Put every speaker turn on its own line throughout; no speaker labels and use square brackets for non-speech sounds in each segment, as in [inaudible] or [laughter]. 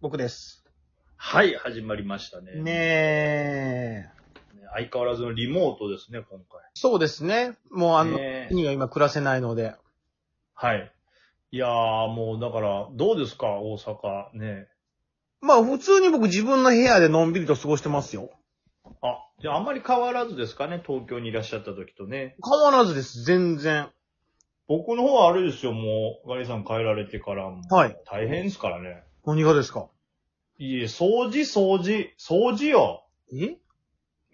告です。
はい、始まりましたね。
ねえ。
相変わらずのリモートですね、今回。
そうですね。もうあの、
ねえ
には今暮らせないので。
はい。いやー、もうだから、どうですか、大阪ね。
まあ普通に僕自分の部屋でのんびりと過ごしてますよ。
あ、じゃああんまり変わらずですかね、東京にいらっしゃった時とね。
変わらずです、全然。
僕の方はあれですよ、もう、ガリさん帰られてからも。
はい。
大変ですからね。
何がですか
いえ、掃除、掃除、掃除よ。
え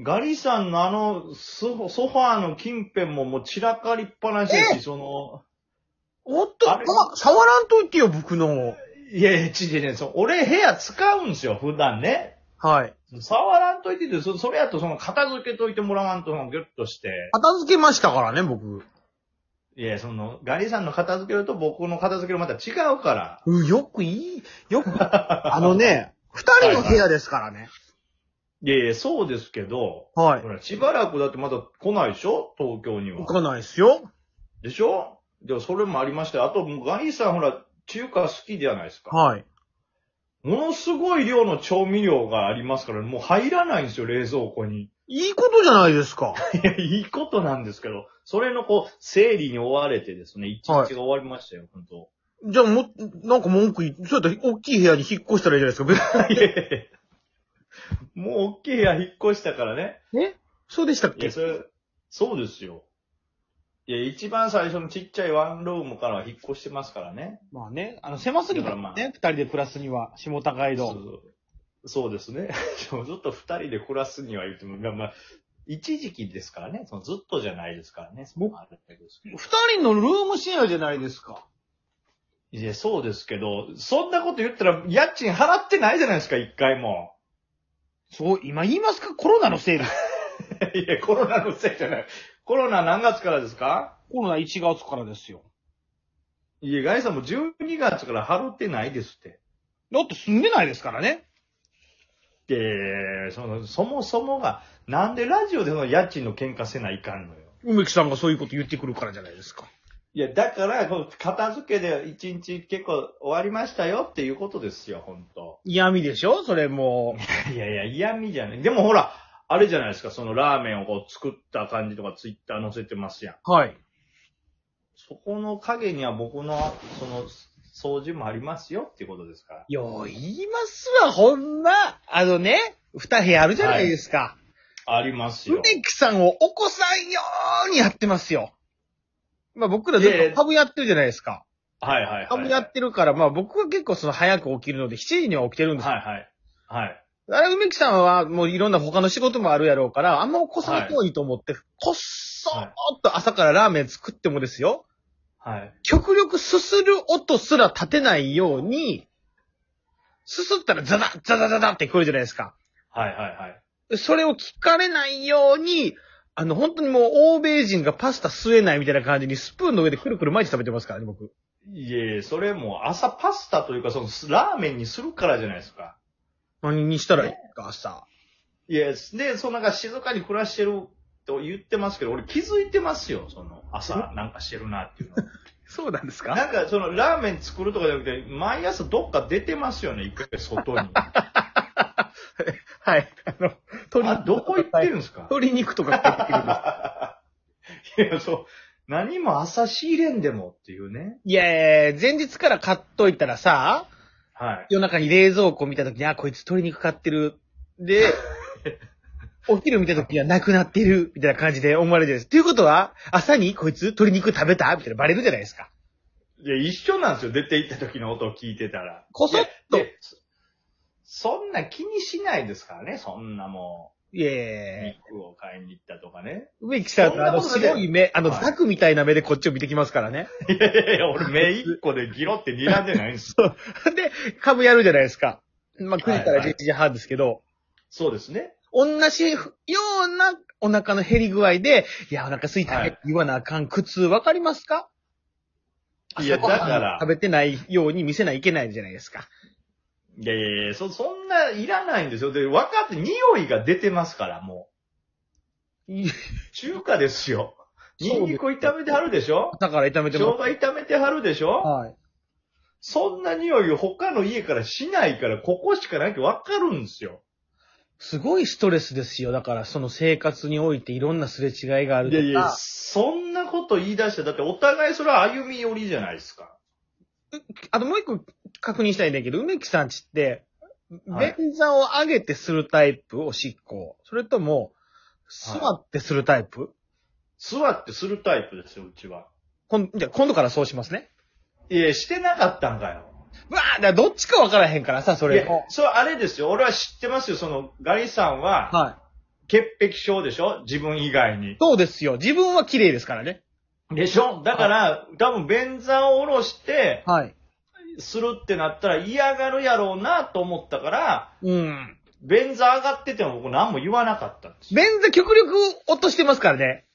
ガリさんのあの、ソフソファーの近辺ももう散らかりっぱなしだし、その、
おっと、
あれ
ま、触らんといてよ、僕の。
いやいや、違う違う、そう俺部屋使うんですよ、普段ね。
はい。
触らんといてて、そそれやとその片付けといてもらわんと、そのギュッとして。
片付けましたからね、僕。
いや、その、ガリさんの片付けると僕の片付けるまた違うから。
うん、よくいい、よく、 [laughs] あのね、二人の部屋ですからね。
いやいや、そうですけど、
はい。
ほらしばらくだってまだ来ないでしょ東京には
行。かないですよ。
でしょでもそれもありまして、あともうガリさんほら、中華好きじゃないですか。
はい。
ものすごい量の調味料がありますから、もう入らないんですよ、冷蔵庫に。
いいことじゃないですか。
いや、いいことなんですけど、それのこう、整理に追われてですね、一日が終わりましたよ、本当
じゃあも、なんか文句言そうやったら大きい部屋に引っ越したらいいじゃないですか [laughs] 別に。
いやいやいや [laughs] もう大きい部屋引っ越したからね。
そうでしたっ
いや、
け
それ、そうですよ。いや、一番最初のちっちゃいワンルームからは引っ越してますからね。
まあね、あの、狭す
ぎたもんね
二人で暮らすには、下高井
そうそうそうですね。 [laughs] でもずっと二人で暮らすには言っても、まあまあ、一時期ですからね。そのずっとじゃないですからね。そこはあるんだけど
二人のルームシェアじゃないですか。
いや、そうですけど、そんなこと言ったら家賃払ってないじゃないですか、一回も。 [laughs]
そう、今言いますかコロナのせい [laughs] です。
いや、コロナのせいじゃない。コロナ何月からですか
コロナ1月からですよ。
いや、ガイさんも12月から払ってないですって。
だって住んでないですからね。
で、その、そもそもが、なんでラジオでその家賃の喧嘩せないかんのよ。
梅木さんがそういうこと言ってくるからじゃないですか。
いや、だから、この片付けで一日結構終わりましたよっていうことですよ、本当 [laughs]
嫌味でしょそれも
いやいや、嫌味じゃない。でもほら、あれじゃないですか、そのラーメンをこう作った感じとかツイッター載せてますやん。
う。はい。
そこの影には僕の、その、掃除もありますよっていうことですから。
よう言いますわ、ほんま。あのね、二部屋あるじゃないですか。
ありますよ
梅。木さんを起こさんようにやってますよ。まあ僕らず
いやい
っ
や
と株やってるじゃないですか。
はいはいはい。
株やってるから、まあ僕は結構その早く起きるので、7時には起きてるんですよ。
はいはい。はい。
あれ梅木さんはもういろんな他の仕事もあるやろうから、あんま起こさない方がいいと思って、こっそーっと朝からラーメン作ってもですよ。
はい。
極力すする音すら立てないように、すすったらザザザザザザって聞こえるじゃないですか。
はいはいはい。
それを聞かれないように、あの、本当にもう欧米人がパスタ吸えないみたいな感じにスプーンの上でくるくる毎日食べてますからね、僕。
いえいえ、それも朝パスタというか、そのラーメンにするからじゃないですか。
何にしたらいいか、朝。
いえ、で、そのなんか静かに暮らしてると言ってますけど、俺気づいてますよ、その朝なんかしてるなっていう
[laughs]
の。
そうなんです
なんかそのラーメン作るとかじゃなくて、毎朝どっか出てますよね、一回外に。
はい。あの、鶏
あ、どこ行ってるんですか
鶏肉とか買ってくるんです。
いや、そう。何も朝仕入れんでもっていうね。
いやいや前日から買っといたらさ、
はい。
夜中に冷蔵庫見た時に、あ、こいつ鶏肉買ってる。
[laughs]
で、お昼見た時にはなくなってる、みたいな感じで思われてるんです。ということは、朝にこいつ鶏肉食べたみたいなバレるじゃないですか。
いや、一緒なんですよ、出て行った時の音を聞いてたら。
こそっと
いやでそそんな気にしないですからね、そんなも、
いやいうやいや
肉を買いに行ったとかね。
植木さんのあの
そんなことない
白い目、あの
はい
ザクみたいな目でこっちを見てきますからね。 [laughs]
いやいやいや、俺目一個でギロって睨んでないんですよ。
で、株やるじゃないですか。まあ、9時か
はい
ら
はい
11時半ですけど、
[laughs] そうですね。
同じようなお腹の減り具合で、いや、お腹空いたねって言わなあかん苦痛わかりますか
いや、だ
朝ごはん
から
食、べてないように見せないいけないじゃないですか。
いやいやいや、そ、そんないらないんですよ。で、分かって、匂いが出てますから、もう。中華ですよ。ニンニクを炒めてはるでしょ
だから炒めて
生姜
も。
炒めてはるでしょ
はい。
そんな匂いを他の家からしないから、ここしかないってわかるんですよ。
すごいストレスですよ。だから、その生活においていろんなすれ違いがある
い
と
や
か。
いや、そんなこと言い出して、だってお互いそれは歩み寄りじゃないですか。
あともう一個確認したいんだけど、梅木さんちって、
はい
便座を上げてするタイプ、おしっこ。それとも、座ってするタイプ、
座ってするタイプですよ、うちは。
こんじゃあ今度からそうしますね。
いや、してなかったんかよ。
うわあ、だからどっちかわからへんからさ、そ
い
れ
や。、それあれですよ。俺は知ってますよ。その、ガリさんは、
は
潔癖症でしょ自分以外
い
に。。
そうですよ。自分は綺麗ですからね。
でしょだから、多分、便座を下ろして、
はい。
するってなったら嫌がるやろうなと思ったから、
うん。
便座上がってても僕何も言わなかったんですよ。
便座極力落としてますからね。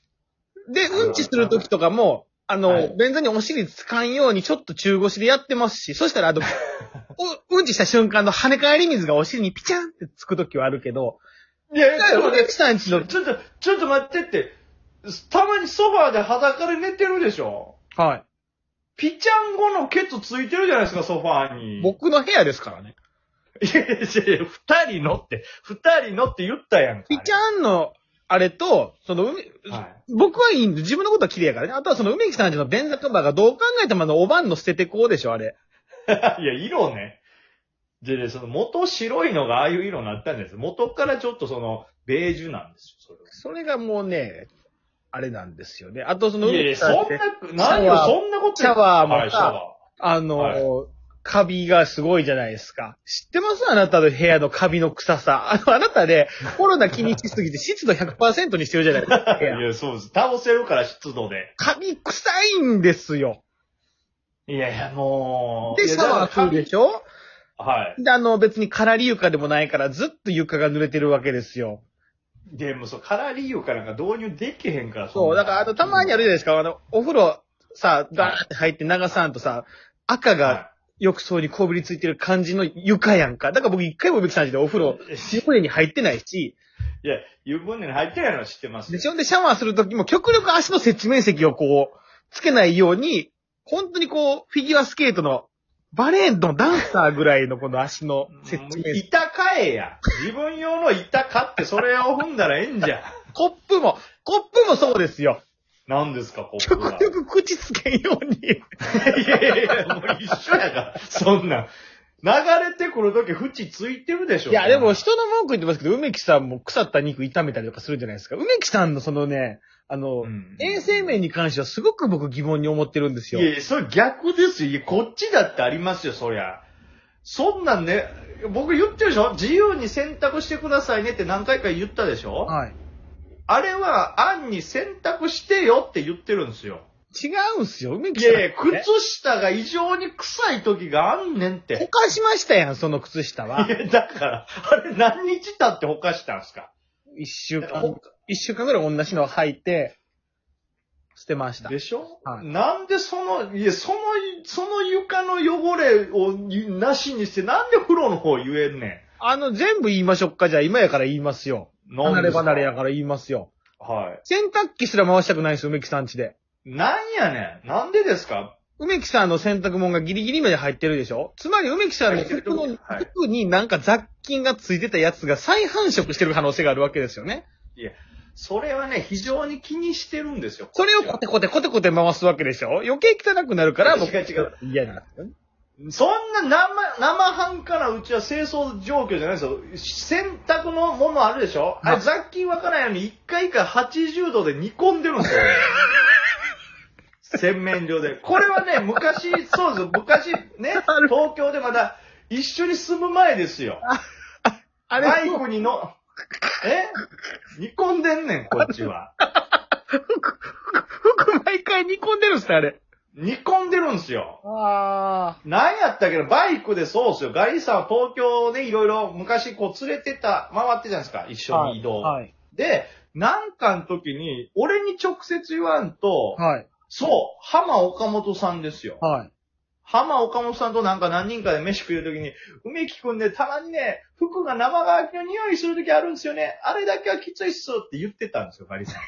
で、うんちするときとかも、あの、
はい
便座にお尻つかんようにちょっと中腰でやってますし、そしたら
[laughs]
あの、おうんちした瞬間の跳ね返り水がお尻にピチャンってつくときはあるけど、
い
だ
や
から
で
梅木さんち
ちょ
の
っ、と、ちょっと待ってって、たまにソファーで裸で寝てるでしょ
は
ピチャン後のケツついてるじゃないですか、ソファーに。
い。僕の部屋ですからね。
いやいやいやいや、二人のって、二人のって言ったやんか。
ピチャンの、あれと、その、梅
ンはい。
僕はいいんで、自分のことは綺麗やからね。あとはその梅木さんちの便座カバーがどう考えてもあの、おばんの捨ててこうでしょ、あれ。
いや、色ね。でね、その元白いのがああいう色になったんです。元からちょっとその、ベージュなんですよ、
それがもうね、あれなんですよね。あとそ
そ
の
れは。いやい
梅木
や、
さんっ
そ
て、
ん
シ
な、
ャ
何
ワ
よ、
ー
そんなこと
シャワーも
はいシャワ
あの、
は
カビがすごいじゃないですか。知ってますあなたの部屋のカビの臭さ。あの、あなた
[laughs]
ね、コロナ気にしすぎて湿度100%にしてるじゃないですか部
ー。い
屋。
や、そうです。倒せるから、湿度で。
カビ臭いんですよ。
いやいや、もう。
で、
い
シ
や
ャワー来るでしょ
はい。
で、あの、別にカラリ床でもないから、ずっと床が濡れてるわけですよ。
でも、そう、カラー理由かなんか導入できへんから、ん
そう、
な
だから、あと、たまにあるじゃないですか、あの、お風呂、さ、ダーって入って流さんとさ、赤が
は
浴槽にこびりついてる感じの床やんか。だから僕一回もべきさんちでお風呂、湯船に入ってないし、
い。いや、湯船に入ってないのは知ってます
で、
よ。
そんでシャワーするときも極力足の接地面積をこう、つけないように、本当にこう、フィギュアスケートの、バレーのダンサーぐらいのこの足の接地面積。
板買えや。自分用の板買って、それを踏んだらええんじゃん。
コップも、コップもそうですよ。
何ですか、ここ
極
は。
力口つけんよ [laughs] うに。
いやいやいや、もう一緒やから。そんなん。流れてくるとき、縁ついてるでしょ。
いや、でも人の文句言ってますけど、梅木さんも腐った肉炒めたりとかするじゃないですか。梅木さんのそのね、あの、
うん
衛生面に関してはすごく僕疑問に思ってるんです
い
よ。
やいや、それ逆ですよ。いや、こっちだってありますよ、そりゃ。そんなんね、僕言ってるでしょ自由に選択してくださいねって何回か言ったでしょ
はい。
あれは、案に選択してよって言ってるんですよ。
違うんすよ、梅木
い
さん。
やいや、靴下が異常に臭い時があんねんって。。
ほかしましたやん、その靴下はい
や、だから、あれ何日経ってほかしたんすか
一週
だからほ
間、一週間ぐらい同じのを履いて、捨てました。
でしょ、
はい
なんでその、いや、その、その床の汚れをなしにして、なんで風呂の方言えんね
あの、全部言いましょうか、じゃあ今やから言いますよ。
ん。なん
離
で
れ
すか
離れやから言いますよ。
はい。
洗濯機すら回したくないんですよ、梅木さんちで。
なんやねん。なんでですか
梅木さんの洗濯物がギリギリまで入ってるでしょつまり梅木さんの服の
はい
服になんか雑菌がついてたやつが再繁殖してる可能性があるわけですよね。
それはね、非常に気にしてるんですよ。
それをコテコテコテコテ回すわけでしょ余計汚くなるから、
違う違う。
嫌なんですよね。
そんな生、生半可なうちは清掃状況じゃないですよ。洗濯のものあるでしょあ
はい
れ雑菌わからないように一回一回80度で煮込んでる
[laughs]
んですよ。俺洗面所で。これはね、昔、そうです。昔ね、東京でまだ一緒に住む前ですよ。
あれ、
バイクにの、え煮込んでんねん、こっちは。
服毎回煮込んでるんすね、あれ。
煮込んでるんですよ。
あ
なんやったっけど、バイクでそうっすよ。ガリさんは東京でいろいろ昔こう連れてた、回ってたじゃないですか。一緒に移動。
はい。
で、なんかの時に、俺に直接言わんと、
はい。
そう、浜岡本さんですよ。
はい。
浜岡本さんとなんか何人かで飯食う時に、梅木くんでたまにね、服が生乾きの匂いする時あるんです [laughs] よね。あれだけはきついっすって言ってたんですよ、ガリさん。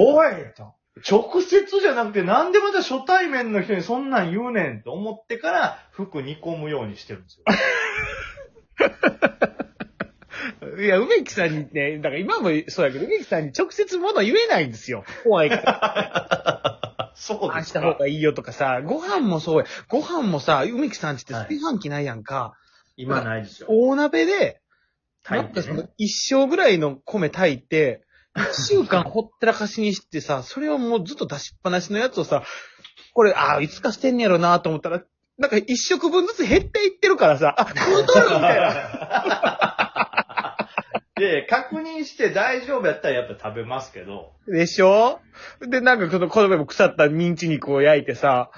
おいと。直接じゃなくて、なんでまた初対面の人にそんなん言うねんと思ってから、服煮込むようにしてるんですよ。
いや、梅木さんにね、だから今もそうやけど、梅木さんに直接物言えないんですよ。怖いから。
そう
あ
で
あ
す
した
か。
方がいいよとかさ、ご飯もそうや。ご飯もさ、梅木さんちって炊飯器ないやんか。
今ないですよ。
大鍋で、
炊
なん
い
か
て
そ
ね
の一生ぐらいの米炊いて、一週間ほったらかしにしてさ、それをもうずっと出しっぱなしのやつをさ、これ、ああ、いつかしてんねやろなと思ったら、なんか一食分ずつ減っていってるからさ、あ、食うとる
[laughs]
みたいな。
で、確認して大丈夫やったらやっぱ食べますけど。
でしょで、なんか、その、この前も腐ったミンチ肉を焼いて [laughs] さ、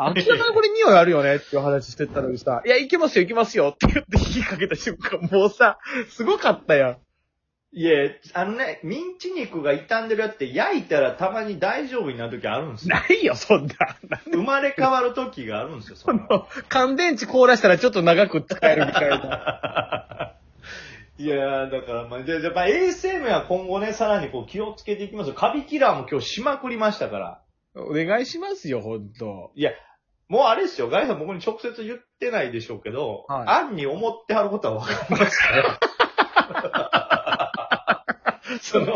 明らかにこれ匂いあるよねっていう話してたのにさ、いや、いけますよ、いけますよって言って火かけた瞬間、もうさ、すごかったやん。
いえ、あのね、ミンチ肉が傷んでるやつって焼いたらたまに大丈夫になる時あるんですよ。
ないよ、そんな。
生まれ変わる時があるんですよ、そんなの
乾電池凍らしたらちょっと長く使えるみたいな。
いやー、だから、まあ、じゃあ、じゃあまあ、衛生面は今後ね、さらにこう気をつけていきますよ。カビキラーも今日しまくりましたから。
お願いしますよ、ほんと。
いや、もうあれですよ、ガイさん僕に直接言ってないでしょうけど、
はい
案に思ってはることはわかりま
[laughs]
すから。その、
ち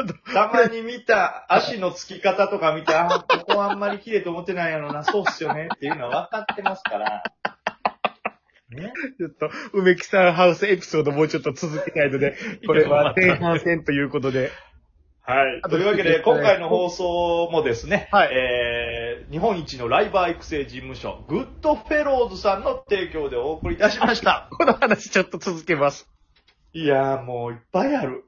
ょっと、
たまに見た足のつき方とか見て、あ、ここあんまり綺麗と思ってないやろな、そうっすよねっていうのは分かってますから。ね、
ちょっと、梅木さんハウスエピソードもうちょっと続けたいので、これは前半戦ということで。
はい。
あと
というわけ
ちょ
で、
っとね
今回の放送もですね、
はい
えー、日本一のライバー育成事務所、グッドフェローズさんの提
[laughs]
供でお送りいたしました。
この話ちょっと続けます。
いやーもういっぱいある。